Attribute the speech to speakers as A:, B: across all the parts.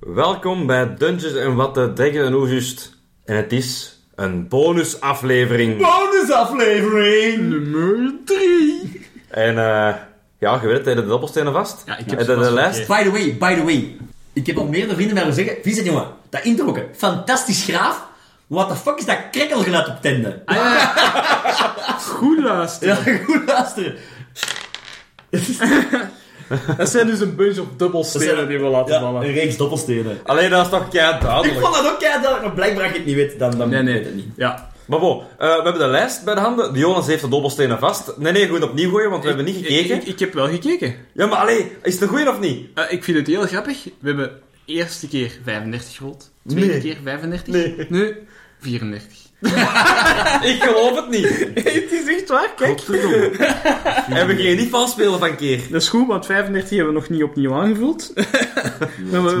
A: Welkom bij Dungeons en wat de dekken en hoezust. En het is een bonusaflevering.
B: Bonusaflevering nummer 3.
A: En eh, ja, je weet het, heb je de dobbelstenen vast?
C: Ja, ik heb
A: Heb
C: ze
A: je de
C: vast
A: lijst?
C: vergeten.
B: By the way, by the way. Ik heb al meerdere vrienden mij zeggen, Vincent jongen, dat introken, fantastisch graaf. What the fuck is dat krekkelgeluid op tenden?
C: Ah. Goed luisteren.
B: Ja, goed luisteren.
C: Dat zijn dus een bunch op dubbelstenen die we laten
B: Ja,
C: vallen.
B: een reeks doppelstenen.
A: Alleen dat is toch kei
B: Ik
A: duidelijk.
B: vond dat ook keihard, maar blijkbaar ik het niet weet, dan, dan
C: Nee,
B: weet ik het
C: nee.
B: niet.
C: Ja.
A: Maar bon, eh, we hebben de lijst bij de handen. De Jonas heeft de dobbelstenen vast. Nee, nee, gewoon opnieuw gooien, want we hebben niet gekeken.
C: Ik, ik, ik heb wel gekeken.
A: Ja, maar allee, is het een goeie of niet?
C: Eh, ik vind het heel grappig. We hebben eerste keer 35 gerold. Tweede
A: Nee.
C: keer 35.
A: Nee.
C: Nu 34.
A: Ik geloof het niet.
C: het is echt waar, kijk.
A: Heb ik hier niet van spelen van keer?
C: Dat is goed, want 35 hebben we nog niet opnieuw aangevuld. maar we hebben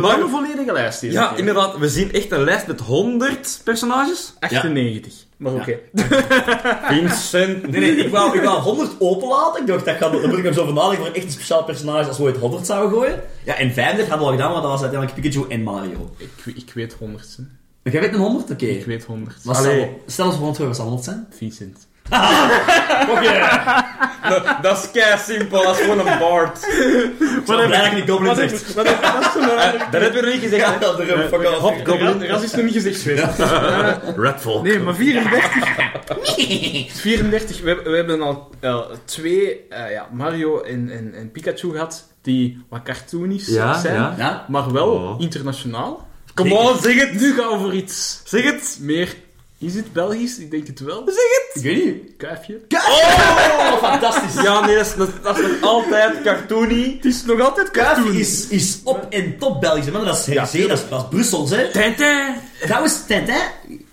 A: Maar-
C: wel een volledige lijst hier.
A: Ja, inderdaad. We zien echt een lijst met 100 personages.
C: 98. Maar oké. Ah.
A: Vincent.
B: Nee, nee, ik wou, ik wou 100 openlaten. Ik dacht, dat gaat, dan moet ik hem zo van nadenken voor echt een speciaal personage als we ooit 100 zouden gooien. Ja, en 50 hadden we al gedaan, want dat was uiteindelijk Pikachu en Mario.
C: Ik, ik weet 100. hè.
B: Maar jij weet een 100? Oké.
C: Ik weet 100.
B: Maar
A: Allee.
B: stel, stel eens voor ons wat zal 100 zijn.
C: Vincent.
A: Nou, dat is kei simpel. Dat is gewoon een bard.
B: Wat heb ik niet Goblin zegt.
C: Wat heb dat is een
A: Eh, dat hebben we nog niet gezegd.
B: Ja,
A: hè.
B: dat er een fuck
A: Eh,
B: out.
A: Hobgoblin.
C: Dat is nog niet gezegd geweest.
A: Redfall.
C: Nee, maar 34. 34, we, hebben- we hebben al eh, twee eh, ja, Mario en, en, en Pikachu gehad die wat cartoonisch
A: Ja,
C: zijn,
A: ja.
B: Ja?
C: maar wel
A: Oh.
C: internationaal.
A: Come on, zeg het.
C: Nu gaan we voor iets
A: Zeg het.
C: meer. Is het Belgisch? Ik denk het wel.
B: Ik weet niet.
C: Kuifje.
B: Oh, fantastisch.
A: Ja, nee, dat is, dat, dat is nog altijd cartoony.
C: Het is nog altijd
B: Kuif
C: cartoon.
B: is, is op en top Belgisch. Man, dat is Herzee, dat, is- dat is Brussels, hè.
A: Tintin.
B: Trouwens, Tintin,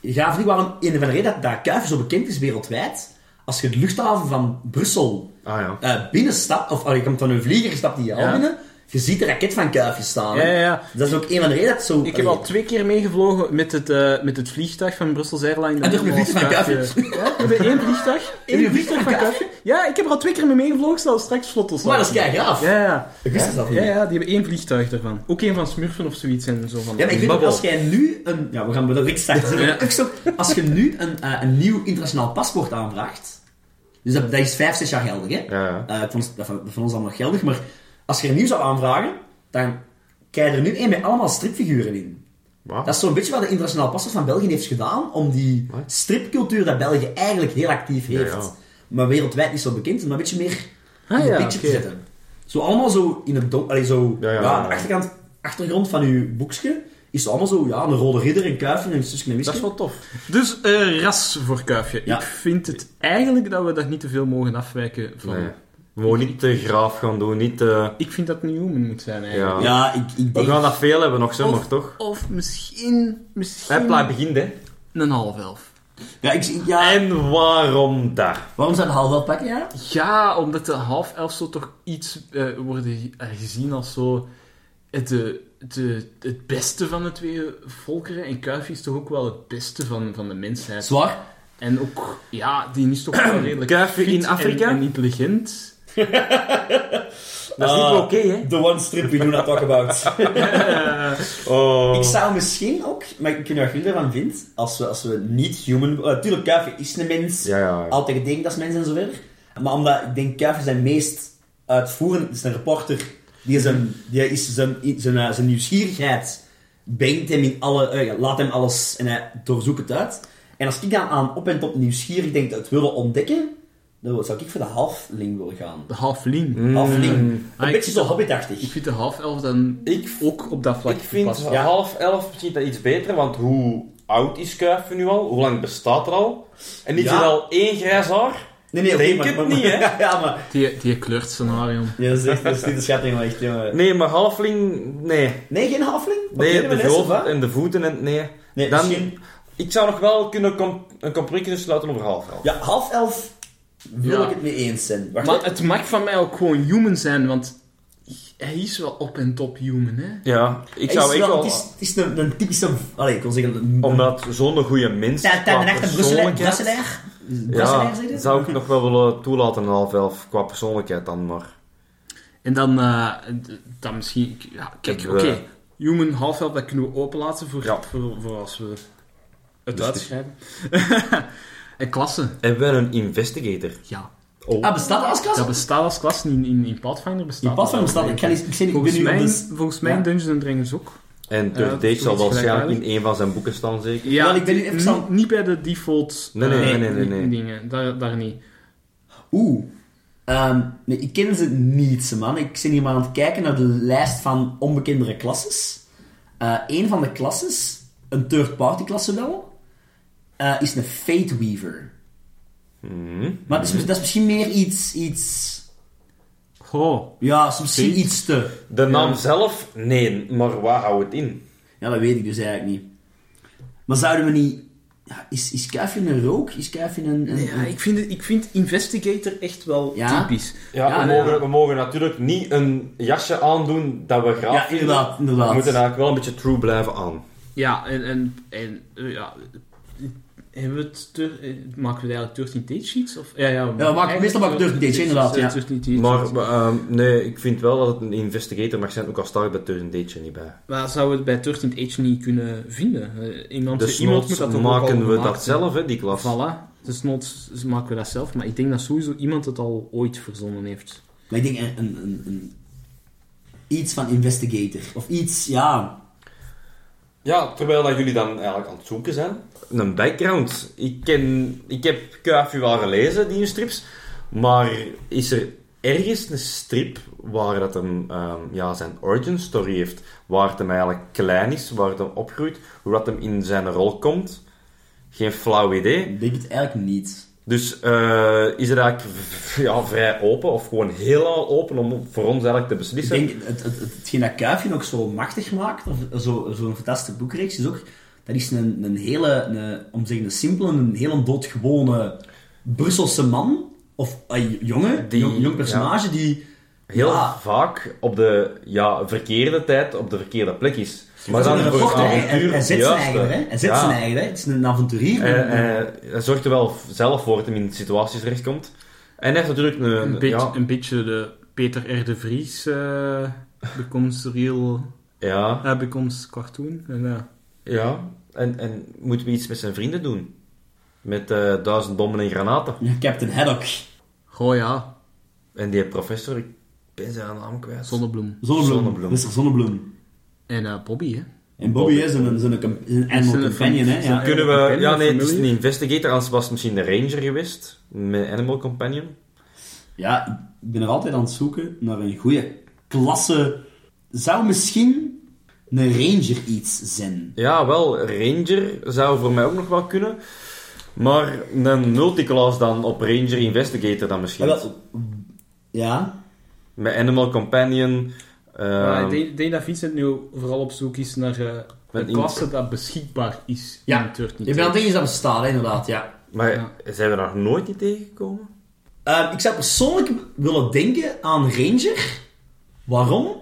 B: gaaf niet waarom in de van de reden dat, dat Kuif zo bekend is wereldwijd. Als je de luchthaven van Brussel
A: Ah ja.
B: eh, binnenstapt, of allee, je komt van een vlieger, je stapt die al
C: Ja.
B: binnen, je ziet de raket van Kuifje staan. hè.
C: Ja, ja, ja.
B: Dat is ook een van de redenen dat zo...
C: Ik heb al twee keer meegevlogen met het, eh, met het vliegtuig van Brussels Airlines.
B: En toch met
C: helemaal
B: vliegtuig van
C: Kuifje- Ja, met één vliegtuig.
B: je
C: Eén
B: een vliegtuig
C: vliegtuig
B: van
C: van Kuifje. Ja, ik heb er al twee keer mee meegevlogen, zal straks vlot
B: Maar dat is kei gaaf.
C: Ja, ja.
B: Ik wist dat niet.
C: Ja, ja, die hebben één vliegtuig ervan. Ook één van Smurfen of zoiets en zo van.
B: Ja, maar ik weet
A: Babbel.
B: ook, als jij nu een... Ja, we gaan bij de Rick starten. Ook zo, als je nu een, eh, een nieuw internationaal paspoort aanvraagt... Dus dat, dat is vijf, zes jaar geldig, hè?
A: Ja, ja.
B: Eh, het vond- dat van, dat van ons allemaal nog geldig. Maar als je er nieuw zou aanvragen, dan krijg je er nu één met allemaal stripfiguren in.
A: Wauw.
B: Dat is zo'n beetje wat de internationaal paspoort van België heeft gedaan om die
A: Wat?
B: stripcultuur dat België eigenlijk heel actief heeft,
A: ja.
B: maar wereldwijd niet zo bekend, maar een beetje meer in
C: Ah,
B: de
C: ja,
B: picture te
C: oké.
B: zetten. Zo allemaal zo in het donker, allee, zo,
A: Ja,
B: ja,
A: ja,
B: aan de
A: ja.
B: achterkant, achtergrond van uw boekje is allemaal zo, ja, een rode ridder, een kuifje, een zusje, en
C: Dat is
B: wisje.
C: wel tof. Dus eh, ras voor Kuifje.
B: Ja.
C: Ik vind het eigenlijk dat we daar niet te veel mogen afwijken van.
A: Nee. We mogen niet te graaf gaan doen, niet te...
C: Ik vind dat het een human moet zijn eigenlijk.
A: Ja. Oh.
B: Ja, ik, ik
A: We
B: denk...
A: gaan dat veel hebben nog zomaar,
C: Of-
A: toch?
C: Of misschien, misschien
A: Hepla begint, hè.
C: een half elf.
B: Ja, ik, ik- ja,
A: En waarom daar?
B: waarom zou je half wel pakken, ja?
C: Ja, omdat de half elf zo toch iets eh, worden ge- eh, gezien als zo het, de, de, het beste van de twee volkeren. En Kuifje is toch ook wel het beste van, van de mensheid.
B: Zwaar.
C: En ook, ja, die is toch wel redelijk
A: Kuifje
C: fit
A: in Afrika?
C: En, en intelligent.
A: Dat is
B: Ah.
A: niet oké, hè?
B: The one strip we do not talk about.
A: Oh.
B: Ik zou misschien ook, maar ik weet niet wat jullie ervan vindt, als we, als we niet human... eh, Tuurlijk, Kuifje is een mens.
A: Ja, ja, ja.
B: Altijd gedenkt als mens en zo verder. Maar omdat ik denk Kuifje zijn meest uitvoerend is, een reporter, die zijn, die is zijn, zijn, eh, zijn nieuwsgierigheid brengt hem in alle... eh, ja, laat hem alles en hij doorzoekt het uit. En als ik dan aan op en top nieuwsgierig denk dat het willen ontdekken, dan zou ik voor de halfling willen gaan.
C: De halfling.
A: Mm. Hmm.
B: Halfling. Een
C: Ah, ik
B: beetje
C: vind
B: zo
C: dat-
B: hobbitachtig.
C: Ik vind de half elf dan
A: Ik-
C: ook op dat vlak
A: Ik vind
C: gepast.
B: Ja.
A: half elf misschien dat iets beter, want hoe oud is Kuifje nu al? Hoe lang bestaat er al? En niet
B: Ja.
A: er al één grijs haar?
B: Nee, nee, oké,
A: Denk
B: maar-
A: het
B: maar-
A: niet, hè?
B: ja, maar...
C: Die, die kleurtscenario.
B: Ja, dat is echt, dat is niet de schatting, maar echt, jongen.
A: Nee, maar halfling... Nee.
B: Nee, geen halfling? Wat
A: Nee,
B: deden we
A: de
B: les, of
A: hoofd
B: wat?
A: en de voeten en... Nee.
B: Nee,
A: Dan-
B: misschien...
A: Ik zou nog wel kunnen com- een compromis kunnen sluiten over half elf.
B: Ja, half elf wil
C: Ja.
B: ik het mee eens zijn. Wacht,
C: Maar
B: hè.
C: het mag van mij ook gewoon human zijn, want hij is wel op en top human, hè.
A: Ja, ik
B: Het
A: zou
B: is
A: echt
B: wel-
A: wel...
B: Het is, het is een, een typische... Allee, ik wil zeggen... Een,
A: Omdat zo'n goede mens...
B: Dat dat
A: qua
B: een echte Brusselaar,
A: persoonlijkheid-
B: Brusselaar
A: Ja,
B: Brassenaar, zeg je?
A: zou ik nog wel willen toelaten, een half elf, qua persoonlijkheid dan, maar...
C: En dan, eh, d- dan misschien... Ja, kijk,
A: Hebben
C: oké.
A: we-
C: Human half help, dat kunnen we openlaten voor,
A: Ja.
C: voor, voor als we het
A: Dus
C: uitschrijven. en klasse,
A: Hebben we een investigator?
C: ja.
A: Oh.
B: Ah, bestaat dat als
C: Dat
B: klasse?
C: bestaat als klas, in, in, in Pathfinder bestaat
B: Die platform
C: dat wel.
B: bestaat. Ik, ga eens, ik, zit- ik ben
C: Volgens
B: nu op
C: mij,
B: de...
C: volgens mij
B: Ja.
C: in Dungeons Dragons ook.
A: En
C: Ja,
A: Dirk
C: dat
A: Date
C: is
A: zal
C: iets
A: waarschijnlijk in
C: gelijkwaardig.
A: een van zijn boeken staan, zeker?
C: Ja,
B: Wel, ik ben niet even
C: niet,
B: zo-
C: niet bij de default
A: Nee, nee,
C: eh,
A: nee, nee, nee, nee.
C: dingen. Daar, daar niet.
B: Oeh. Ehm, nee, ik ken ze niet, ze man. Ik zit hier maar aan het kijken naar de lijst van onbekendere klasses. Eh, een van de klasses, een third-party klasse wel, eh, is een Fate Weaver.
A: Mhm.
B: Maar het is- dat is misschien meer iets... iets
C: Goh.
B: ja, het is misschien
C: Fate?
B: iets te...
A: De naam zelf? Nee, maar waar houdt het in?
B: Ja, dat weet ik dus eigenlijk niet. Maar zouden we niet... Ja, is, is Kuifje een rook? Is Kuifje een... een-
C: Ja, ik vind, het- ik vind Investigator echt wel
B: Ja?
C: typisch.
A: Ja,
B: Ja,
A: we,
B: nee,
A: mogen,
B: ja.
A: we mogen natuurlijk niet een jasje aandoen dat we graag
B: Ja,
A: vinden.
B: inderdaad, inderdaad.
A: We moeten eigenlijk wel een beetje true blijven aan.
C: Ja, en, en, en eh, ja, eh, hebben we het ter- eh, maken we eigenlijk 13 date sheets? Of, ja, ja, we
B: maken- meestal maken we 13 date sheets, inderdaad, ja.
C: 13 date sheets.
A: Maar ehm, nee, ik vind wel dat het een investigator mag zijn, ook al sta ik bij Turn Date niet bij.
C: Maar zouden we het bij 13 Age niet kunnen vinden? Eh, Iemand,
A: Dus
C: iemand moet
A: noods
C: dat toch ook al
A: maken we
C: gemaakt
A: dat
C: hebben.
A: zelf, hè, die klas.
C: Voilà. Dus noods maken we dat zelf. Maar ik denk dat sowieso iemand het al ooit verzonnen heeft.
B: Maar ik denk een, een, een, een- Iets van investigator. Of iets, ja...
A: Ja, terwijl dat jullie dan eigenlijk aan het zoeken zijn. Een background. Ik, ken, ik heb Kuifje wel gelezen, die strips. Maar is er ergens een strip waar dat hem ehm, ja, zijn origin story heeft? Waar het hem eigenlijk klein is, waar het hem opgroeit, hoe dat hem in zijn rol komt? Geen flauw idee.
B: Ik denk het eigenlijk niet.
A: Dus eh, is het eigenlijk v- ja, vrij open of gewoon helemaal open om voor ons eigenlijk te
B: Ik
A: beslissen?
B: denk, het, het, het, hetgeen dat Kuifje ook zo machtig maakt, of zo- zo'n fantastische boekreeks, is ook... Dat is een, een hele, een, om te zeggen, een simpele, een hele doodgewone Brusselse man, of eh, jongen,
A: Die-
B: jong, jong personage, die...
A: heel
B: ja,
A: vaak op de ja, verkeerde tijd op de verkeerde plek is. Maar
B: Zo'n
A: dan voor
B: reporter,
A: het
B: hè.
A: avontuur
B: Hij- hij zet
A: de
B: zijn
A: juiste.
B: eigen, hè. Hij zet
A: Ja. Eh.
B: zijn eigen, hè. Het is een avonturier.
A: Hij- hij- hij zorgt er wel zelf voor dat hij in situaties terechtkomt. En hij heeft natuurlijk een...
C: Een, beetje,
A: ja,
C: een beetje de Peter R. de Vries eh becomes real...
A: ja,
C: Hij becomes cartoon. En, eh, ja.
A: ja. En, en moeten we iets met zijn vrienden doen? Met eh, duizend bommen en granaten.
B: Captain Haddock.
C: Goh ja,
A: En die professor, ik ben zijn naam kwijt.
C: zonnebloem.
B: Zonnebloem.
A: Zonnebloem.
B: Mr. Zonnebloem.
C: En eh Bobby, hè.
B: En Bobby is een, zijn een, een animal
C: Zijn een
B: companion, hè.
C: fam-
B: Ah, Ja.
A: Kunnen
C: Animal
A: we...
C: Companion,
A: Ja, nee, het is een
C: familie.
A: investigator, anders was het misschien de ranger geweest. Met Animal Companion.
B: ja, ik ben er altijd aan het zoeken naar een goede klasse. Zou misschien een ranger iets zijn?
A: Ja, wel, Ranger zou voor mij ook nog wel kunnen. Maar een multiclass dan op Ranger Investigator dan misschien.
B: Ja, Ah, wel, ja.
A: Met Animal Companion. ehm,
C: Maar ik denk, ik denk dat Vincent nu vooral op zoek is naar eh
A: Met
C: een
A: in-
C: klasse dat beschikbaar is
B: Ja.
C: in 13
B: Ik ben aan het denken is dat bestaat, hè, inderdaad, ja.
A: maar
C: ja.
A: zijn we daar nooit niet tegengekomen?
B: Ehm, ik zou persoonlijk willen denken aan Ranger. Waarom?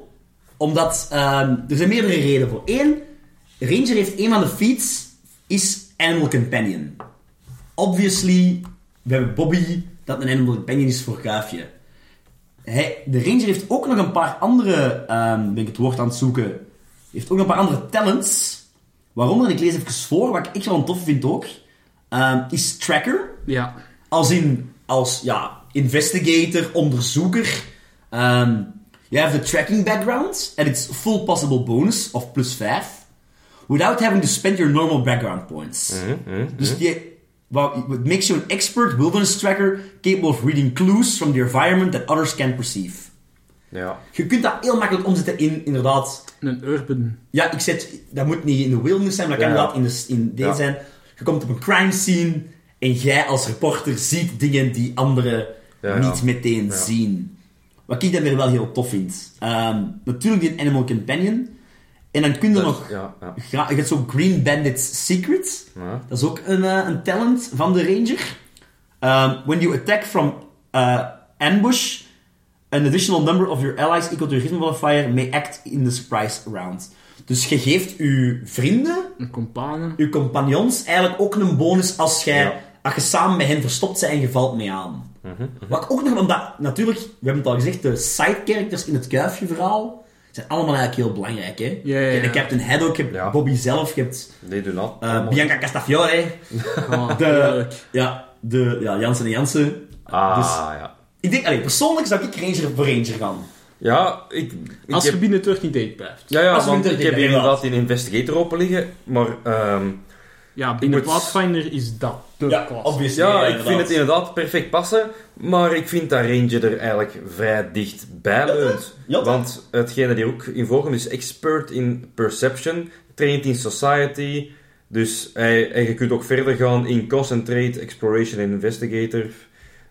B: Omdat ehm, er zijn meerdere redenen voor. Eén, Ranger heeft een van de feats, is Animal Companion. Obviously, we hebben Bobby, dat een Animal Companion is voor Kuifje. Hij- de Ranger heeft ook nog een paar andere, ehm, ben ik het woord aan het zoeken, heeft ook nog een paar andere talents. Waaronder, ik lees even voor, wat ik echt wel een tof vind ook, ehm, is Tracker.
C: Ja.
B: Als in, als ja, investigator, onderzoeker. Ehm, you have the tracking background and it's full possible bonus of plus 5. Without having to spend your normal background points. Dus je, well, it makes you an expert wilderness tracker capable of reading clues from the environment that others can perceive.
A: Ja.
B: Je kunt dat heel makkelijk omzetten in, inderdaad,
C: Een urban...
B: ja, ik zet... Dat moet niet in de wilderness zijn, maar dat kan
A: Ja.
B: inderdaad in, de, in deze
A: Ja.
B: zijn. Je komt op een crime scene en jij als reporter ziet dingen die anderen
A: Ja, ja.
B: niet meteen
A: Ja.
B: zien. Wat ik dan weer wel heel tof vind. Ehm, natuurlijk die Animal Companion. En dan kun je
A: Dat-
B: nog...
A: ja, ja.
B: gra- je hebt zo Green Bandit's Secret.
A: Ja.
B: Dat is ook een, eh, een talent van de ranger. Ehm, when you attack from eh, ambush, an additional number of your allies equal to your hit modifier may act in the surprise round. Dus je geeft je vrienden,
C: Een compagne.
B: je compagnons, eigenlijk ook een bonus als jij
A: Ja.
B: als je samen met hen verstopt zijn, je valt mee aan. Wat ik ook nog, omdat natuurlijk, we hebben het al gezegd, de side characters in het kuifje-verhaal zijn allemaal eigenlijk heel belangrijk. Hè?
C: Ja, ja,
B: Je
C: ja.
B: hebt de Captain Haddock, je hebt
A: Ja.
B: Bobby zelf, je hebt
A: Nee, doe dat.
B: eh, Bianca Castafiore,
C: Ah,
B: de,
C: leuk.
B: ja, de, ja, Jansen en Jansen.
A: Ah,
B: dus-
A: ja.
B: Ik denk, allee, persoonlijk zou ik Ranger voor Ranger gaan.
A: Ja, ik... ik
C: Als
A: heb-
C: je binnen terug niet date blijft.
A: Ja, ja,
B: Als we
A: want
B: moeten
A: ik heb hier
B: inderdaad.
A: inderdaad een investigator open liggen, maar ehm,
C: Ja, binnen
A: moet-
C: Pathfinder is dat de klas.
B: obviously.
A: ja, ik vind
B: inderdaad.
A: het inderdaad perfect passen, maar ik vind dat Ranger er eigenlijk vrij dicht bij leunt.
B: Ja, toch?
A: Want hetgene die ook in voorkomt is expert in perception, trained in society, dus hij, en je kunt ook verder gaan in concentrate, exploration en investigator.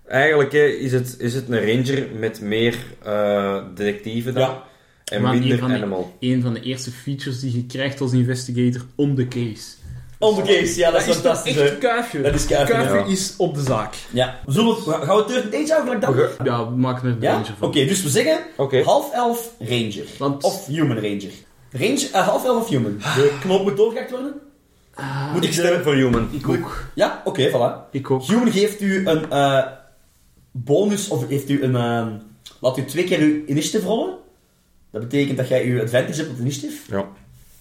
A: Eigenlijk hè, is, het, is het een ranger met meer eh, detectieven dan.
B: Ja.
A: En
C: Maar die
A: minder
C: van die-
A: animal.
C: Een van de eerste features die je krijgt als investigator om de case.
B: On the case, ja, dat is
C: toch
B: fantastisch.
C: echt
B: hè.
C: kuifje.
B: Dat is kuifje,
A: ja.
C: is op de zaak.
B: Ja. Zullen we, gaan we terug deze eigenlijk dan?
A: Oké.
C: Ja, maak er een
B: Ja?
C: Ranger
B: Oké,
C: van.
B: dus we zeggen
A: Oké.
B: half elf Ranger.
C: Want-
B: Of Human Ranger. Ranger eh, half elf of Human. De knoop moet doorgehakt worden.
A: Moet ik stemmen voor human?
C: Ik ook.
B: Ja, oké, voilà.
C: Ik ook.
B: Human geeft u een eh, bonus, of heeft u een... eh, laat u twee keer uw initiative rollen. Dat betekent dat jij uw advantage hebt op initiative.
A: Ja.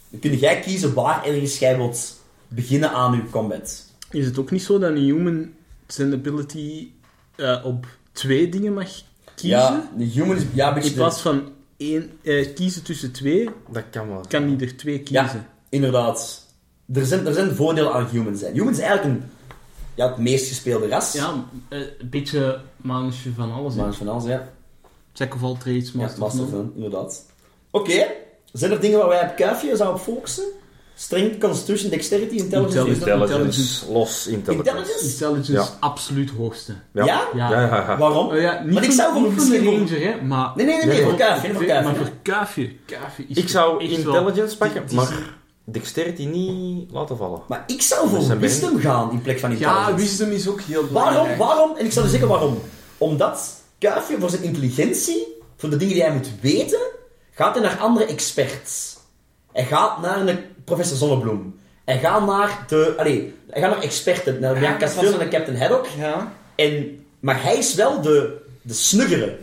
B: Dan kun jij kiezen waar ergens jij wilt beginnen aan uw combat.
C: Is het ook niet zo dat een human zijn ability eh, op twee dingen mag kiezen?
B: Ja, de human is... Ja, een beetje
C: In
B: de-
C: plaats van één, eh, kiezen tussen twee,
A: Dat kan wel.
C: kan hij er twee kiezen.
B: Ja, inderdaad. Er zijn, er zijn voordelen aan humans zijn. Humans is eigenlijk een, ja, het meest gespeelde ras.
C: Ja, eh, een beetje manusje van alles. hè.
B: Maar van alles, ja.
C: Jack of all trades,
B: Ja,
C: master, of
B: master
C: none.
B: van, inderdaad. Oké, zijn er dingen waar wij op kuifje zouden op focussen? Strength, Constitution, Dexterity, Intelligence.
C: Intelligence.
B: wisdom.
A: Intelligence, los intelligence.
B: Intelligence?
C: Intelligence,
A: Ja.
C: absoluut hoogste.
B: Ja?
C: Ja.
A: Ja, ja, ja.
B: Waarom?
C: Oh ja, niet
B: Maar ik
C: voor-
B: zou voor
C: niet voor
B: misschien
C: een
B: voor-
C: ranger, hè, maar...
B: Nee, nee, nee, nee,
A: Ja,
B: voor
A: ja.
B: kuifje, voor
C: maar
B: kuifje.
C: voor kaafje, kaafje is
A: Ik zou
C: echt wel-
A: intelligence
C: die-
A: pakken,
C: die-
A: maar dexterity niet laten vallen.
B: Maar ik zou
A: Dat
B: voor
A: zijn
B: wisdom gaan in plek van intelligence.
C: Ja, wisdom is ook heel belangrijk.
B: Waarom? Waarom? En ik zal je zeggen waarom. Omdat Kuifje voor zijn intelligentie, voor de dingen die hij moet weten, gaat hij naar andere experts. Hij gaat naar de professor Zonnebloem. Hij gaat naar de... Allee, hij gaat naar experten. Naar Bianca Castiel en de Captain Haddock.
C: Ja.
B: En, maar hij is wel de, de snuggere.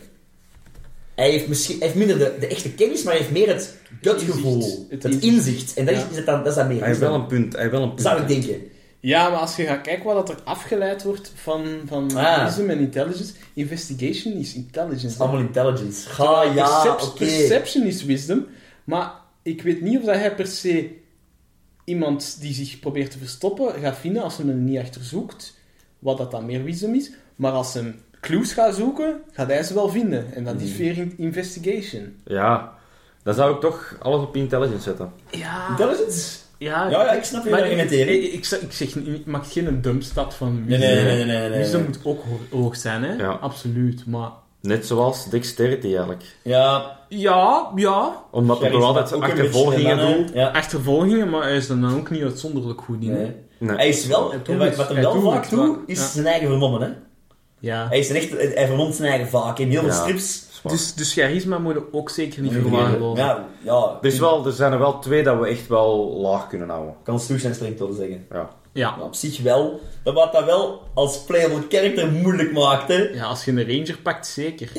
B: Hij heeft, misschien, hij heeft minder de, de echte kennis, maar hij heeft meer het gutgevoel.
C: Inzicht.
B: Het,
C: Het
B: inzicht.
C: inzicht.
B: En dat,
C: Ja.
B: is, is het dan, dat is dan meer.
A: Hij heeft wel een punt, hij heeft wel een punt.
B: Zou ik denken.
C: Ja, maar als je gaat kijken wat dat er afgeleid wordt van, van
B: Ah.
C: wisdom en intelligence, investigation is intelligence.
B: Het is allemaal intelligence. Ga, Ah, ja,
C: Percep-
B: oké.
C: Perception is wisdom, maar ik weet niet of dat hij per se iemand die zich probeert te verstoppen gaat vinden als hij er niet achter zoekt, wat dat dan meer wisdom is. Maar als hij clues gaat zoeken, gaat hij ze wel vinden. En dat is
B: Hmm.
C: weer in- investigation.
A: Ja, dan zou ik toch alles op intelligence zetten.
C: Ja,
B: Intelligence?
C: ja,
B: Ja, ja, ik snap je
C: maar
B: argumentering.
C: Ik, ik, zeg- ik zeg, niet- ik maak geen dumpstad van
B: Nee,
C: wisdom.
B: nee, nee, nee, nee. nee.
C: Wisdom moet ook ho- hoog zijn, hè?
A: Ja.
C: Absoluut, maar...
A: Net zoals dexterity eigenlijk.
B: Ja,
C: Ja, ja.
A: Omdat we
B: Sherry
A: toch
B: staat
A: altijd
B: ook een
A: achtervolgingen
B: beetje in
A: doen.
B: de- Ja.
C: Achtervolgingen, maar hij is dan ook niet uitzonderlijk goed in, hè?
A: Nee.
B: Hij is wel,
C: Hij doet
B: wat,
C: niks.
B: wat hem
C: Hij
B: wel
C: doet
B: vaak
C: niks,
B: doet,
C: maar-
B: is
C: ja.
B: zijn eigen vermommen. Hè?
C: Ja.
B: Hij, is een echt, hij vermomt zijn eigen vaak in heel veel
A: Ja.
B: strips.
A: Zwaar.
C: Dus, dus charisma moet je ook zeker niet verwaarlozen.
B: Ja, ja.
A: er, is wel, er zijn er wel twee dat we echt wel laag kunnen houden.
B: Constitution en Strength wilde zeggen.
A: Ja.
B: Maar
C: Ja.
B: op zich wel. Dat wat dat wel als playable character moeilijk maakt. Hè.
C: ja, als je een ranger pakt, zeker.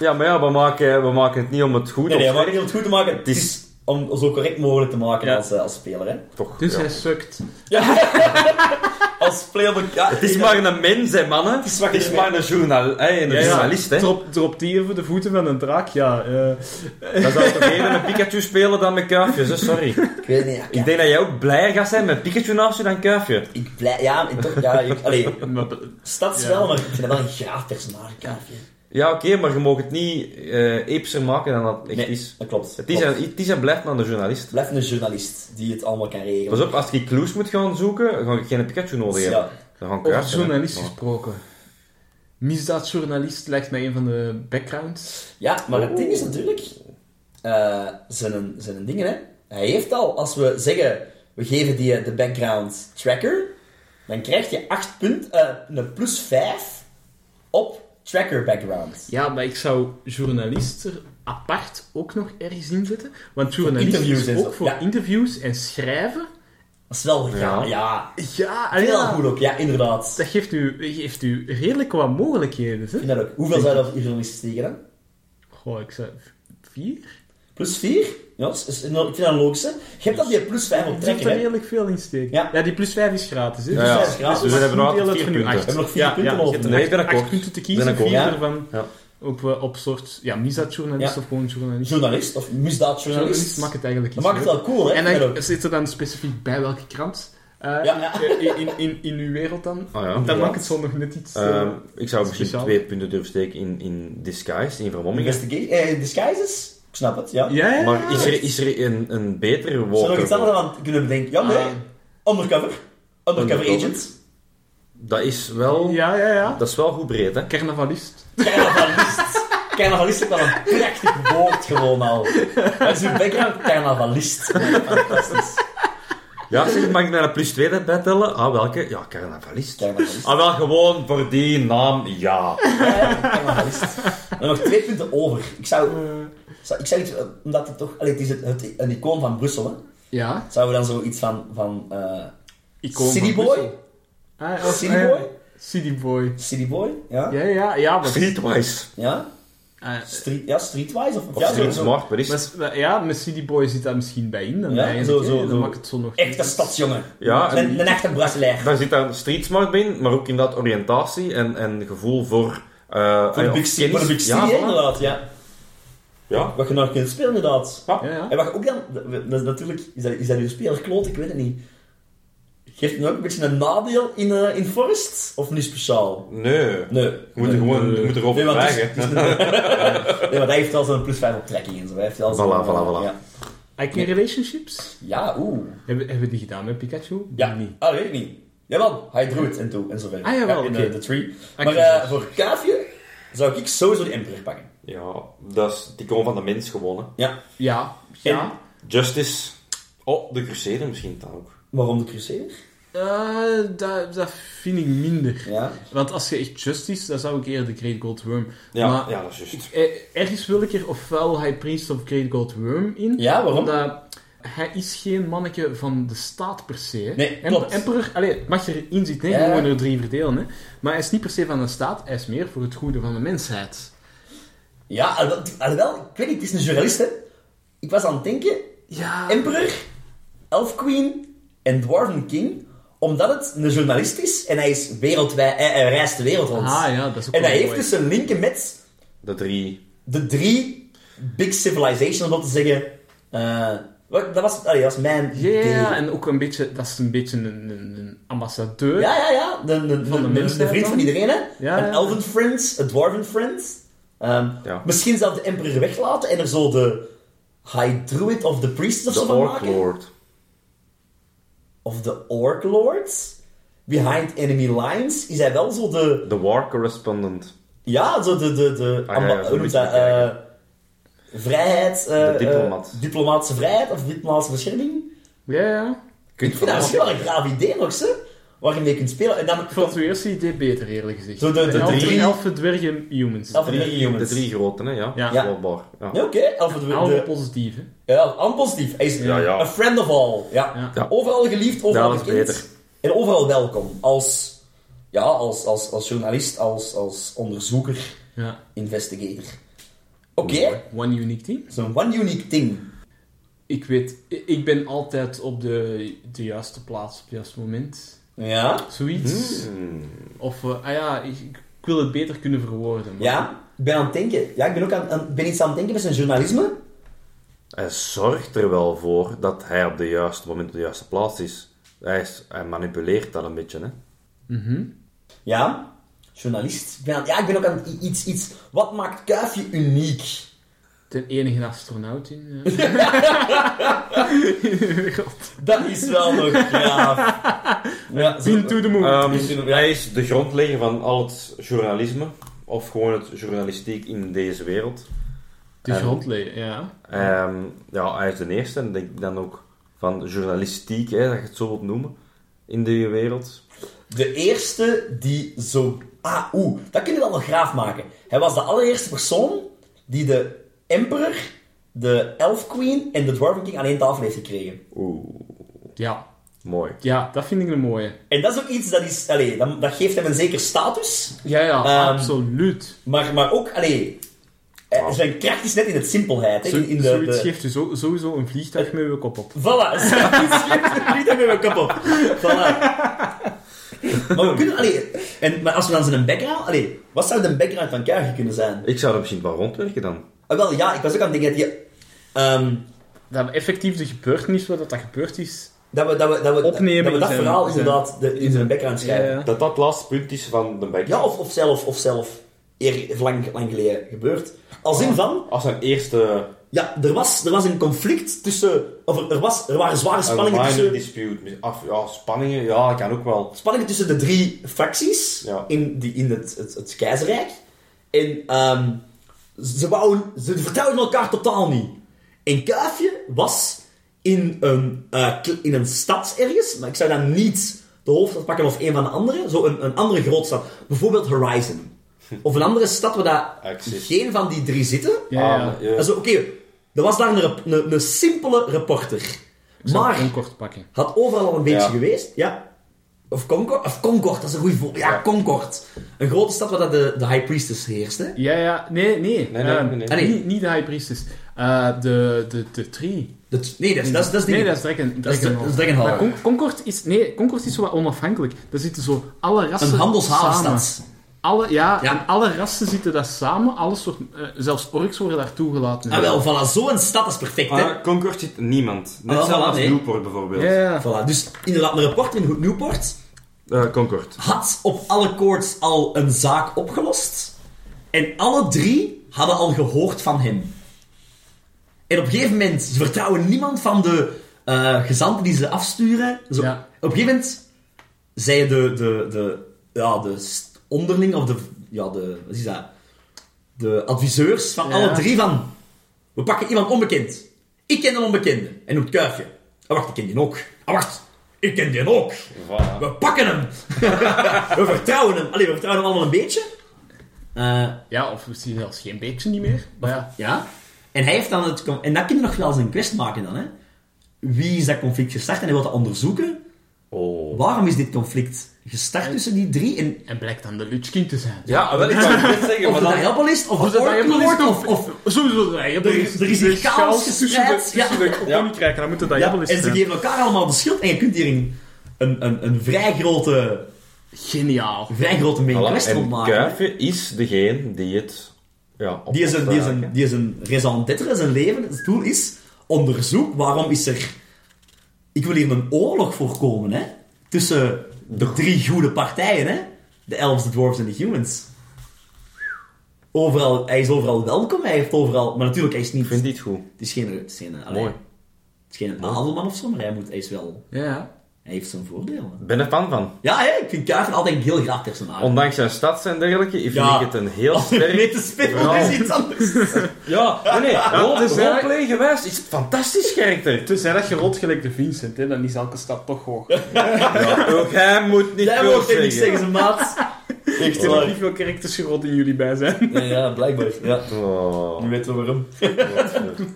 A: ja, maar ja, we maken, we maken het niet om het goed
B: Nee,
A: of
B: nee, maar
A: slecht.
B: om het goed te maken, het
A: is-
B: is om zo correct mogelijk te maken
C: Ja.
B: als, eh, als speler. Hè.
A: toch.
C: Dus
A: ja.
C: hij sukt.
B: Als playable ja,
A: Het is maar een mens, hè, mannen. Het
B: is
A: is,
B: maar-
A: maar een, journal, hè, een journalist, hè.
C: Drop, drop die voor de voeten van een draak, ja. eh.
A: Dan zou ik toch eerder een Pikachu spelen dan met kuifjes, hè. Sorry.
B: Ik weet niet, ja,
A: Ik denk dat jij ook blijer gaat zijn met Pikachu naast je dan kuifje.
B: ik blij... Ja, en toch, ja, ik... Allee,
C: Maar-
B: stads
C: Ja.
B: wel, maar ik vind dat wel een graaf personage, kaafje.
A: Ja, oké, maar je mag het niet eh eepser maken dan dat het echt
B: Nee,
A: is.
B: dat klopt.
A: Het is,
B: klopt.
A: en, het is en blijft aan de journalist.
B: Blijf een journalist die het allemaal kan regelen.
A: Pas op, als je clues moet gaan zoeken, ga je geen Pikachu nodig hebben.
B: Ja.
A: Dan gaan
C: Over
A: kuifjes.
C: journalist gesproken. Misdaadjournalist lijkt mij een van de backgrounds.
B: ja, maar het ding is natuurlijk... eh, zijn, zijn dingen, hè. Hij heeft al, als we zeggen, we geven die eh, de background tracker, dan krijg je 8 punt, eh, een plus 5 op tracker background.
C: Ja, maar ik zou journalist er apart ook nog ergens in zetten. Want journalist
B: interviews
C: is
B: en
C: ook
B: zo,
C: voor
B: ja.
C: interviews en schrijven
B: Dat is wel... Ja,
A: Ja.
B: ja.
C: Ah, Ja,
B: Heel
C: ja.
B: goed ook. Ja, inderdaad.
C: Dat geeft u, geeft u redelijk wat mogelijkheden,
B: Ik
C: hè?
B: vind dat ook. Hoeveel zou dat hiervan is gestegen, hè?
C: Goh, ik zei vier?
B: Plus 4? Ja, dat is- is- ik vind dat een logische. Je hebt dat die plus 5 op
C: Ik denk
B: trekken,
C: er
B: hè? We
C: redelijk veel in steken.
B: Ja.
C: die plus vijf is gratis, hè?
A: Ja, ja.
B: vijf gratis.
A: Dus we hebben nog altijd
C: Deel
A: vier
C: het van uw
A: punten.
C: acht.
B: hebben nog 4
C: Ja,
B: punten
C: ja,
B: over.
C: je hebt
A: Nee, ik ben
C: acht
A: akkoord.
C: punten te
A: Ben
C: kiezen,
A: akkoord.
C: vier
B: Ja.
C: ervan
A: Ja.
C: op, eh, op soort... Ja, misdaadjournalist
B: Ja.
C: of gewoon journalist.
B: Journalist of misdaadjournalist.
C: Journalist maakt het eigenlijk
B: Dat
C: iets
B: maakt het wel cool, hè?
C: En
B: Ik vind
C: dan
B: dat ook.
C: zit er dan specifiek bij welke krant eh,
B: Ja, ja.
C: eh, in, in, in, in uw wereld dan.
A: Ah, ja.
C: Dan
B: Ja.
C: maakt het zo nog net iets... eh,
A: Ehm, ik zou misschien
C: Speciaal.
A: twee punten durven steken in, in Disguise, in Vermommingen.
B: Investigate. Eh, disguises? Ik snap het, ja.
C: ja, ja,
A: Maar is
C: ja.
A: er, is er een, een betere
B: Zou er nog
A: walker?
B: iets anders aan kunnen bedenken? Ja, nee.
C: Ah.
B: Undercover. Undercover
A: Undercover.
B: agent.
A: Dat is wel...
C: Ja, ja, ja.
A: Dat is wel goed breed, hè?
C: Carnavalist.
B: Carnavalist. Carnavalist is wel een prachtig woord gewoon al. Dat is uw background. Carnavalist. Fantastisch.
A: Ja, zeg, mag ik daar een plus 2 bij tellen? Ah, welke? Ja, carnavalist.
B: Carnavalist.
A: Ah, wel gewoon voor die naam, ja.
B: Ja, carnavalist. Dan nog twee punten over. Ik zou... zou- ik zou iets... eh, Omdat het toch... Allee, het is het, het- een icoon van Brussel, hè.
C: Ja.
B: Zouden we dan zoiets van... van eh
C: Icoon van
B: Cityboy?
C: Brussel. Ah, of-
B: City
C: ah, ja.
B: Boy?
C: City Boy.
B: Cityboy? Ja?
C: Ja, ja, ja. Maar,
A: Streetwise.
B: Ja?
C: eh,
B: Street, ja, Streetwise? Of,
A: Of
B: ja,
A: street
B: zo-
A: smart, wat is
C: maar
A: het?
C: s- maar ja, met City Boy zit daar misschien bij in. Dan,
B: Ja, zo-
C: eigenlijk, hè.
B: zo-
C: dan
B: zo.
C: maakt het zo nog...
B: Echte stadsjongen.
A: Ja, en
B: Een, een echte Brazilair.
A: daar zit dan street smart bij in, maar ook inderdaad oriëntatie en, en gevoel voor... eh
B: Voor
A: eh, of
B: de Big C,
A: kennis.
B: voor de Big C,
A: ja,
B: hè,
A: voilà.
B: inderdaad, ja.
A: ja.
B: Wat je nou kunt spelen, inderdaad.
C: Ja, ja.
B: En wat je ook dan... Dat is natuurlijk... Is dat, is dat je speler kloot? Ik weet het niet. Geeft het ook een beetje een nadeel in, eh, in Forest? Of niet speciaal?
A: Nee.
B: Nee.
A: Je moet, er
B: Nee.
A: gewoon, je moet erover
B: Nee, want het is-
A: vragen.
B: het is een- nee, want hij heeft wel zo'n plus 5 op trekking en zo. Hij heeft wel zo'n-
A: Voilà, voilà, voilà.
B: Ja,
C: I can relationships?
B: ja oeh.
C: Hebben, hebben we die gedaan met Pikachu?
B: Ja,
C: Niet.
B: ah, weet ik niet. Jawel, hij drew it en toe en zo verder.
C: Ah, jawel,
B: Ja, Oké,
C: nee.
B: de tree.
C: Ah,
B: Maar
C: ik-
B: eh, voor Kaafje zou ik sowieso de Emperor pakken.
A: Ja, dat is het icoon van de mens gewonnen.
B: Ja.
C: Ja. Ja.
A: Justice. Oh, de Crusader misschien dan ook.
B: Waarom de Crusader?
C: Eh, dat, dat vind ik minder.
B: Ja.
C: Want als je echt Justice, dan zou ik eerder de Great Gold Worm.
A: Ja,
C: Maar-
A: ja dat is juist.
C: Eh, ergens wil ik er ofwel High Priest of Great Gold Worm in.
B: Ja, waarom?
C: Omdat hij is geen manneke van de staat per se. hè.
B: Nee,
C: Em-
B: klopt.
C: Emperor, allee, het mag je erin zitten, hè.
B: Ja.
C: je moet er drie verdelen. Hè. Maar hij is niet per se van de staat, hij is meer voor het goede van de mensheid.
B: Ja, alhoewel- alhoewel, ik weet niet, het is een journalist hè. Ik was aan het denken,
C: Ja,
B: Emperor, Elf Queen en Dwarven King, omdat het een journalist is en hij is wereldwijd, hij, hij reist de wereld rond.
C: Ah, ja, dat is ook
B: En
C: wel
B: hij heeft
C: mooi.
B: dus een linken met
A: De drie.
B: de drie big civilizations, om dat te zeggen. Eh, wat, dat, was, allee, dat was mijn
C: ja, ja,
B: idee.
C: ja, en ook een beetje, dat is een beetje een, een, een ambassadeur.
B: Ja, ja, ja. De, de,
C: Van de
B: de,
C: mensheid
B: de vriend
C: dan?
B: van iedereen, hè.
C: ja, ja.
B: Een elven friend, een dwarven friend. Ehm,
A: Ja.
B: Misschien zelf de emperor weglaten en er zo de high druid of the priest of zo
A: De
B: van
A: Orc
B: maken.
A: Lord.
B: Of de orc lords. Behind enemy lines is hij wel zo de...
A: De War Correspondent.
B: Ja, zo de... de, de
A: Ah, ja,
B: amba-
A: ja, zo
B: hoe noemt
A: moet
B: dat?
A: je het
B: eh, vrijheid. eh,
A: De diplomaat.
B: eh, diplomatische vrijheid of diplomatische bescherming.
C: ja. ja.
A: Kun je
B: Ik vind dat misschien wel een graaf idee nog, ze. Waar je mee kunt spelen. En dan
C: Ik vond het eerste idee beter, eerlijk gezegd.
B: Zo de- de
C: elfen,
A: drie-
C: elfen, dwergen, humans.
B: Elfen,
A: de
B: drie
A: drie, de
B: jongens.
A: drie grote, hè? Ja,
C: Ja.
A: ja. Waar, ja.
B: Ja, oké. Elfen de-
C: Allemaal
B: de-
C: positief, hè.
B: Ja, allemaal positief. Hij is
A: Ja, ja.
B: een friend of all. Ja.
C: Ja.
A: Ja.
B: Overal geliefd, overal
A: Dat is
B: bekend.
A: beter.
B: En overal welkom. Als, ja, als, als, als journalist, als, als onderzoeker,
C: Ja.
B: investigator. Oké,
C: One unique team.
B: zo'n one unique thing.
C: Ik weet, i- ik ben altijd op de, de juiste plaats op het juiste moment.
B: Ja.
C: Zoiets. Of, eh, ah ja, ik, ik wil het beter kunnen verwoorden. maar-
B: Ja, ik ben aan het denken. Ja, ik ben ook aan, aan- ben iets aan het denken met zijn journalisme.
A: Hij zorgt er wel voor dat hij op de juiste moment op de juiste plaats is. Hij, is, hij manipuleert dat een beetje, hè?
C: Mhm.
B: Ja, journalist. Ik ben aan- ja, ik ben ook aan i- iets, iets. Wat maakt Kuifje uniek?
C: De enige astronaut in, eh, in de wereld.
B: Dat is wel nog gaaf. Ja, zo-
C: Into the moon.
A: Ehm,
B: Misschien- ja.
A: hij is de grondlegger van al het journalisme, of gewoon het journalistiek in deze wereld.
C: de
A: ehm,
C: grondleer, ja.
A: Ehm, ja, hij is de eerste, en denk ik dan ook van journalistiek, hè, dat je het zo wilt noemen, in de wereld.
B: De eerste die zo... Ah, oeh, dat kun je wel nog graaf maken. Hij was de allereerste persoon die de emperor, de elf queen en de dwarven king aan één tafel heeft gekregen.
A: Oeh.
C: Ja.
A: Mooi.
C: Ja, dat vind ik een mooie.
B: En dat is ook iets dat is... Allee, dat, dat geeft hem een zeker status.
C: Ja, ja,
B: Ehm,
C: absoluut.
B: Maar, maar ook... Allee, eh, zijn kracht is net in het simpelheid. hè,
C: Zo,
B: in, in de,
C: zoiets
B: de-
C: geeft je zo, sowieso een vliegtuig met je kop op.
B: Voilà, niet dat met mijn kop op. Voilà. Maar we kunnen, allee, en, maar als we dan zijn background, allee, wat zou de background van Kuiger kunnen zijn?
A: Ik zou er misschien wel rondwerken dan.
B: Ah, wel, ja, ik was ook aan het denken dat je, ehm,
C: Dat effectief de gebeurtenis waar dat, dat gebeurd is.
B: dat we dat, we, dat, we,
C: Opnemen
B: dat, we dat
C: zijn-
B: verhaal
C: zijn-
B: inderdaad de, in zijn background schrijven.
C: Ja,
B: Ja,
C: ja.
A: Dat dat het laatste punt is van de background.
B: of, of zelf, of zelf, eer, lang, lang geleden gebeurd. Als in van,
A: Als zijn eerste
B: ja, er was, er was een conflict tussen, of er, er, was, er waren zware
A: een
B: spanningen
A: minor
B: tussen,
A: dispute. Af, ja, spanningen, ja, dat kan ook wel.
B: spanningen tussen de drie fracties
A: Ja.
B: in, die, in het, het, het keizerrijk. En ehm, ze, wouden, ze vertrouwden elkaar totaal niet. En Kuifje was in een, eh, kle- in een stad ergens, maar ik zou dan niet de hoofdstad pakken of een van de andere, zo een, een andere grootstad. Bijvoorbeeld Horizon. Of een andere stad waar daar
A: Ik zie.
B: geen van die drie zitten.
C: Ja, ja.
A: Ah,
C: Ik
A: ja.
B: Also, Oké, er was daar een, rep- een, een simpele reporter.
C: zal
B: Maar
C: het kort pakken.
B: had overal al een beetje
A: Ja.
B: geweest, ja. Of Concord, of Concord, dat is een goede voorbeeld. Ja, Concord. Een grote stad waar dat de, de High Priestess heerst, hè?
C: Ja, ja, nee, nee.
A: Nee, nee,
C: Ehm,
A: nee, nee.
B: Ah, nee.
C: Niet, niet de High Priestess. Eh, de, de, de tree.
B: Dat, nee, dat is, dat is, dat is niet...
C: Nee, dat is Dragon,
B: dat is de- dat is Dragonhall.
C: Maar Con- Concord is, nee, Concord is zo wat onafhankelijk. Daar zitten zo alle rassen
B: een
C: samen.
B: handelshavenstad.
C: Alle, ja,
B: Ja.
C: en alle rassen zitten daar samen. Alle soort, eh, zelfs orks worden daar toegelaten.
B: Ah wel, voilà, zo'n stad is perfect, hè?
A: Maar Concord zit niemand. Net
B: Ah,
A: zoals
B: voilà, nee.
A: Newport bijvoorbeeld.
C: Ja, ja.
B: Voilà, dus inderdaad, een reporter in Goed Newport
A: Eh, Concord.
B: had op alle koorts al een zaak opgelost. En alle drie hadden al gehoord van hem. En op een gegeven moment, ze vertrouwen niemand van de eh, gezanten die ze afsturen. Dus op-
C: Ja.
B: Op een gegeven moment zei de, de, de, ja, de st- onderling, of de, ja, de, wat is dat? De adviseurs van
C: Ja.
B: alle drie van, we pakken iemand onbekend. Ik ken een onbekende. En noemt Kuifje. Ah, wacht, ik ken die ook. Ah, wacht, ik ken die ook.
A: Voilà.
B: We pakken hem! we vertrouwen hem. Allee, we vertrouwen hem allemaal een beetje. Eh,
C: Ja, of misschien zelfs geen beetje niet meer. Maar ja.
B: ja. En hij heeft dan het... con- En dat kun je nog wel eens een quest maken dan, hè. Wie is dat conflict gestart? En hij wil dat onderzoeken.
A: Oh.
B: Waarom is dit conflict gestart tussen die drie? En
C: En blijkt dan de Lutschkin te zijn.
A: Ja, wel, ik zou het net zeggen,
B: of
A: maar
B: de
A: dan...
B: Diabolist, of,
C: Of
B: de
C: de
B: Orklord,
C: Diabolist
B: of...
C: of,
B: of
C: Sowieso de Diabolist.
B: Er- er is hier
C: De
B: chaos
C: chaos tussen
B: gespreid,
C: de, tussen
B: ja.
C: de
A: Ja.
C: koninkrijk. En dan moet de
B: ja,
C: Diabolist
B: en ze
C: zijn.
B: geven elkaar allemaal de schuld. En je kunt hier een, een, een, een vrij grote,
C: Geniaal.
B: vrij grote main
A: Voilà.
B: quest
A: En
B: rond maken.
A: Kuifje is degene die het... Ja, op
B: Die is een, die is een,
A: opdraagt,
B: die is een raison d'être, zijn leven. Het doel is onderzoek. Waarom is er... Ik wil hier een oorlog voorkomen, hè. Tussen de drie goede partijen, hè. De elves, de dwarves en de humans. Overal, hij is overal welkom. Hij heeft overal... Maar natuurlijk, hij is niet...
A: hè. Ik vind dit goed.
B: Het is geen... Het is geen, allee,
A: Mooi.
B: het is geen adelman of zo, maar hij, moet, hij is wel...
C: Ja, ja.
B: Hij heeft zijn voordelen.
A: Ik ben er fan van.
B: Ja, hè, ik vind Kuiven altijd een heel graag personage.
A: Ondanks zijn stads en dergelijke, vind
B: Ja.
A: ik het een heel sterk...
B: mee te spelen
A: verhaal.
B: is iets anders.
A: Ja, nee, nee. Rol,
C: dus eigenlijk-
A: roleplay gewijs is het fantastisch karakter.
C: Tenzij dat je rolt gelijk de Vincent, hè, dan is elke stad toch hoog.
A: Ook hij moet niet
B: Jij
A: veel
B: mocht er niks tegen zijn maat.
C: Ik denk niet veel karakters gerold in jullie bij zijn.
B: Ja, ja, blijkbaar. Ja.
A: Oh,
B: Nu weten we waarom.
A: wat voor-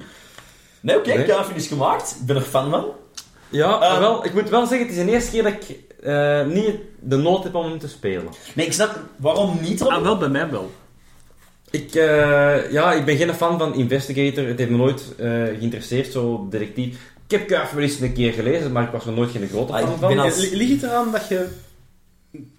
B: Nee, oké,
A: Nee.
B: Kuifje is gemaakt. Ik ben er fan van.
A: ja,
B: Ehm.
A: wel, ik moet wel zeggen, het is de eerste keer dat ik eh, niet de nood heb om hem te spelen.
B: Nee, ik snap waarom niet,
C: Ah,
B: Robin?
C: wel bij mij wel.
A: Ik, eh, ja, ik ben geen fan van Investigator. Het heeft me nooit eh, geïnteresseerd, zo detectief. Ik heb Kuif wel eens een keer gelezen, maar ik was er nooit geen grote
B: Ah,
A: fan
B: ik
A: van.
B: ben al-
A: Ja,
B: Als-
C: Li- Ligt het eraan dat je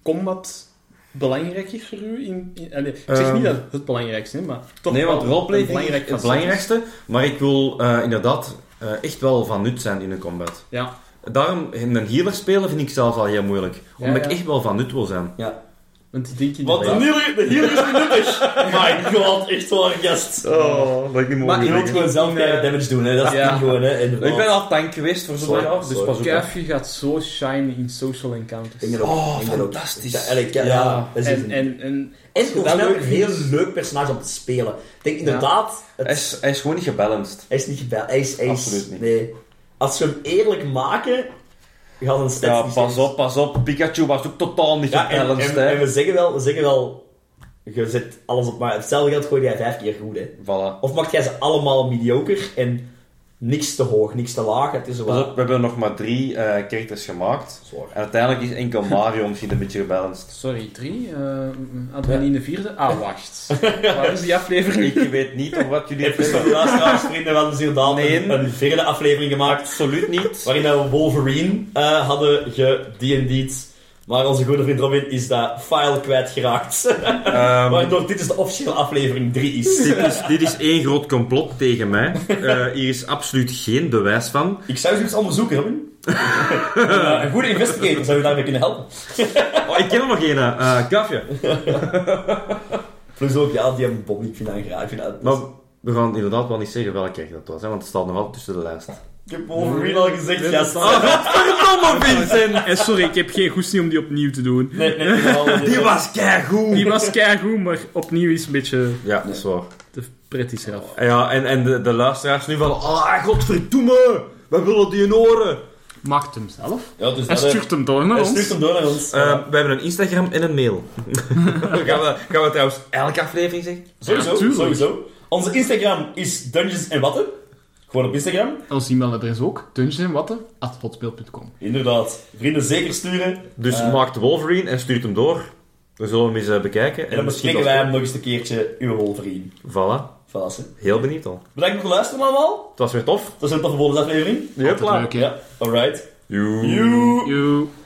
C: combat belangrijk is voor u? In, in- allee, ik zeg
A: Ehm.
C: niet dat het het belangrijkste is, maar toch
A: nee,
C: wel
A: want roleplay
C: een
A: vind ik het
C: belangrijk facet.
A: belangrijkste. Maar ik wil eh, inderdaad eh, echt wel van nut zijn in een combat.
C: Ja.
A: Daarom, een healer spelen vind ik zelf al heel moeilijk.
C: Ja,
A: Omdat
C: ja.
A: ik echt wel van nut wil zijn.
B: Ja.
C: Want die denk je
B: Want
C: niet.
B: hier, de hier is niet nuttig. Oh My god, echt waar, gast.
A: Oh, dat ik niet
B: Maar je wilt gewoon zelf meer damage doen, hè. Dat is
C: Ja.
B: niet gewoon, hè. inderdaad.
A: Ik ben al tank geweest voor zo'n
B: Sorry,
A: jaar, dus
B: sorry.
A: pas op. hè.
C: Kuifje gaat zo shine in social
B: Ik
C: encounters.
B: denk dat ook-
A: Oh,
B: ik denk dat ook-
A: fantastisch.
B: Ja, eigenlijk, ja,
A: Ja.
B: ja, dat is het.
C: En, en, en
B: En ook
C: dat
B: snel
C: leuk
B: een heel
C: vindt-
B: leuk personage om te spelen. Ik denk inderdaad... het-
A: Hij is, hij is gewoon niet gebalanced.
B: Hij is niet gebeld. Hij is... hij is-
A: Absoluut niet.
B: Nee. Als ze hem eerlijk maken, gaat een stats
A: Ja,
B: niet
A: pas
B: zijn.
A: op, pas op. Pikachu was ook totaal niet
B: Ja, en,
A: gebalanced,
B: en, en
A: hè.
B: we zeggen wel, we zeggen wel, je zet alles op maar hetzelfde geld gooi jij vijf keer goed, hè.
A: Voilà.
B: Of maakt jij ze allemaal mediocre en
D: niks te hoog, niks te laag. Het is
A: Pas
D: wel...
A: op, we hebben nog maar drie eh, characters gemaakt.
D: Zwaar.
A: En uiteindelijk is enkel Mario misschien een beetje gebalanced.
C: Sorry, drie? eh Adeline vierde? Ah, wacht. Waar is die aflevering?
A: Ik weet niet of wat jullie
B: Even voor de
A: hebben.
B: luisteraars, vrienden, we hadden hier daal
A: Nee.
B: een, een vierde aflevering gemaakt.
A: Absoluut niet.
B: Waarin dat we Wolverine eh, hadden gednd. Maar onze goede vriend Robin is dat file kwijtgeraakt.
A: Ehm,
B: Waardoor dit dus de officiële aflevering 3 is.
A: dit, is, dit is één groot complot tegen mij. Eh, hier is absoluut geen bewijs van.
B: Ik zou zoiets onderzoeken, Robin. een, eh, een goede investigator zou je daarmee kunnen helpen.
A: Oh, ik ken er nog één. eh Kafje.
B: Plus ook, ja, die hebben Bob, ik vind dat een graag. Ik vind dat-
A: Maar we gaan inderdaad wel niet zeggen welke echt dat was, hè, want het staat nog altijd tussen de lijst.
B: Ik heb Wolverine al gezegd, ja, sta-
A: Verdomme Vincent!
C: En Eh, sorry, ik heb geen goesting om die opnieuw te doen.
B: Nee, nee, nee, nee, nee.
A: Die was keigoed!
C: Die was keigoed, maar opnieuw is een beetje
A: Ja, dat is waar.
C: te prettig zelf.
A: En Ja, en, en de, de luisteraars nu van... Ah, godverdomme! We willen die in horen!
C: Maakt hem zelf.
B: Ja, dus
C: Hij
B: dat, eh,
C: stuurt hem door naar
B: hij stuurt
C: ons.
B: hem door naar ons.
A: Eh, we hebben een Instagram en een mail. gaan, we, gaan we trouwens elke aflevering zeggen?
C: Ja,
B: Sowieso,
C: tuurlijk.
B: sowieso. Onze Instagram is Dungeons en Watten. Gewoon op Instagram.
C: Ons e-mailadres ook. dungeonwatten.hotmail.com
B: Inderdaad. Vrienden zeker sturen.
A: Dus
B: Eh.
A: maakt Wolverine en stuurt hem door. We zullen hem eens eh, bekijken.
B: En dan
A: misschien
B: bespreken wij
A: als-
B: hem nog eens een keertje, uw Wolverine.
A: Voilà.
B: Verrassen.
A: Heel benieuwd al.
B: Bedankt voor het luisteren allemaal.
A: Het was weer tof.
B: Dat is een toffe bonusaflevering.
A: Hopla.
C: Altijd leuk, hè?
B: Ja, alright.
A: Joe.
B: You.
C: Joe.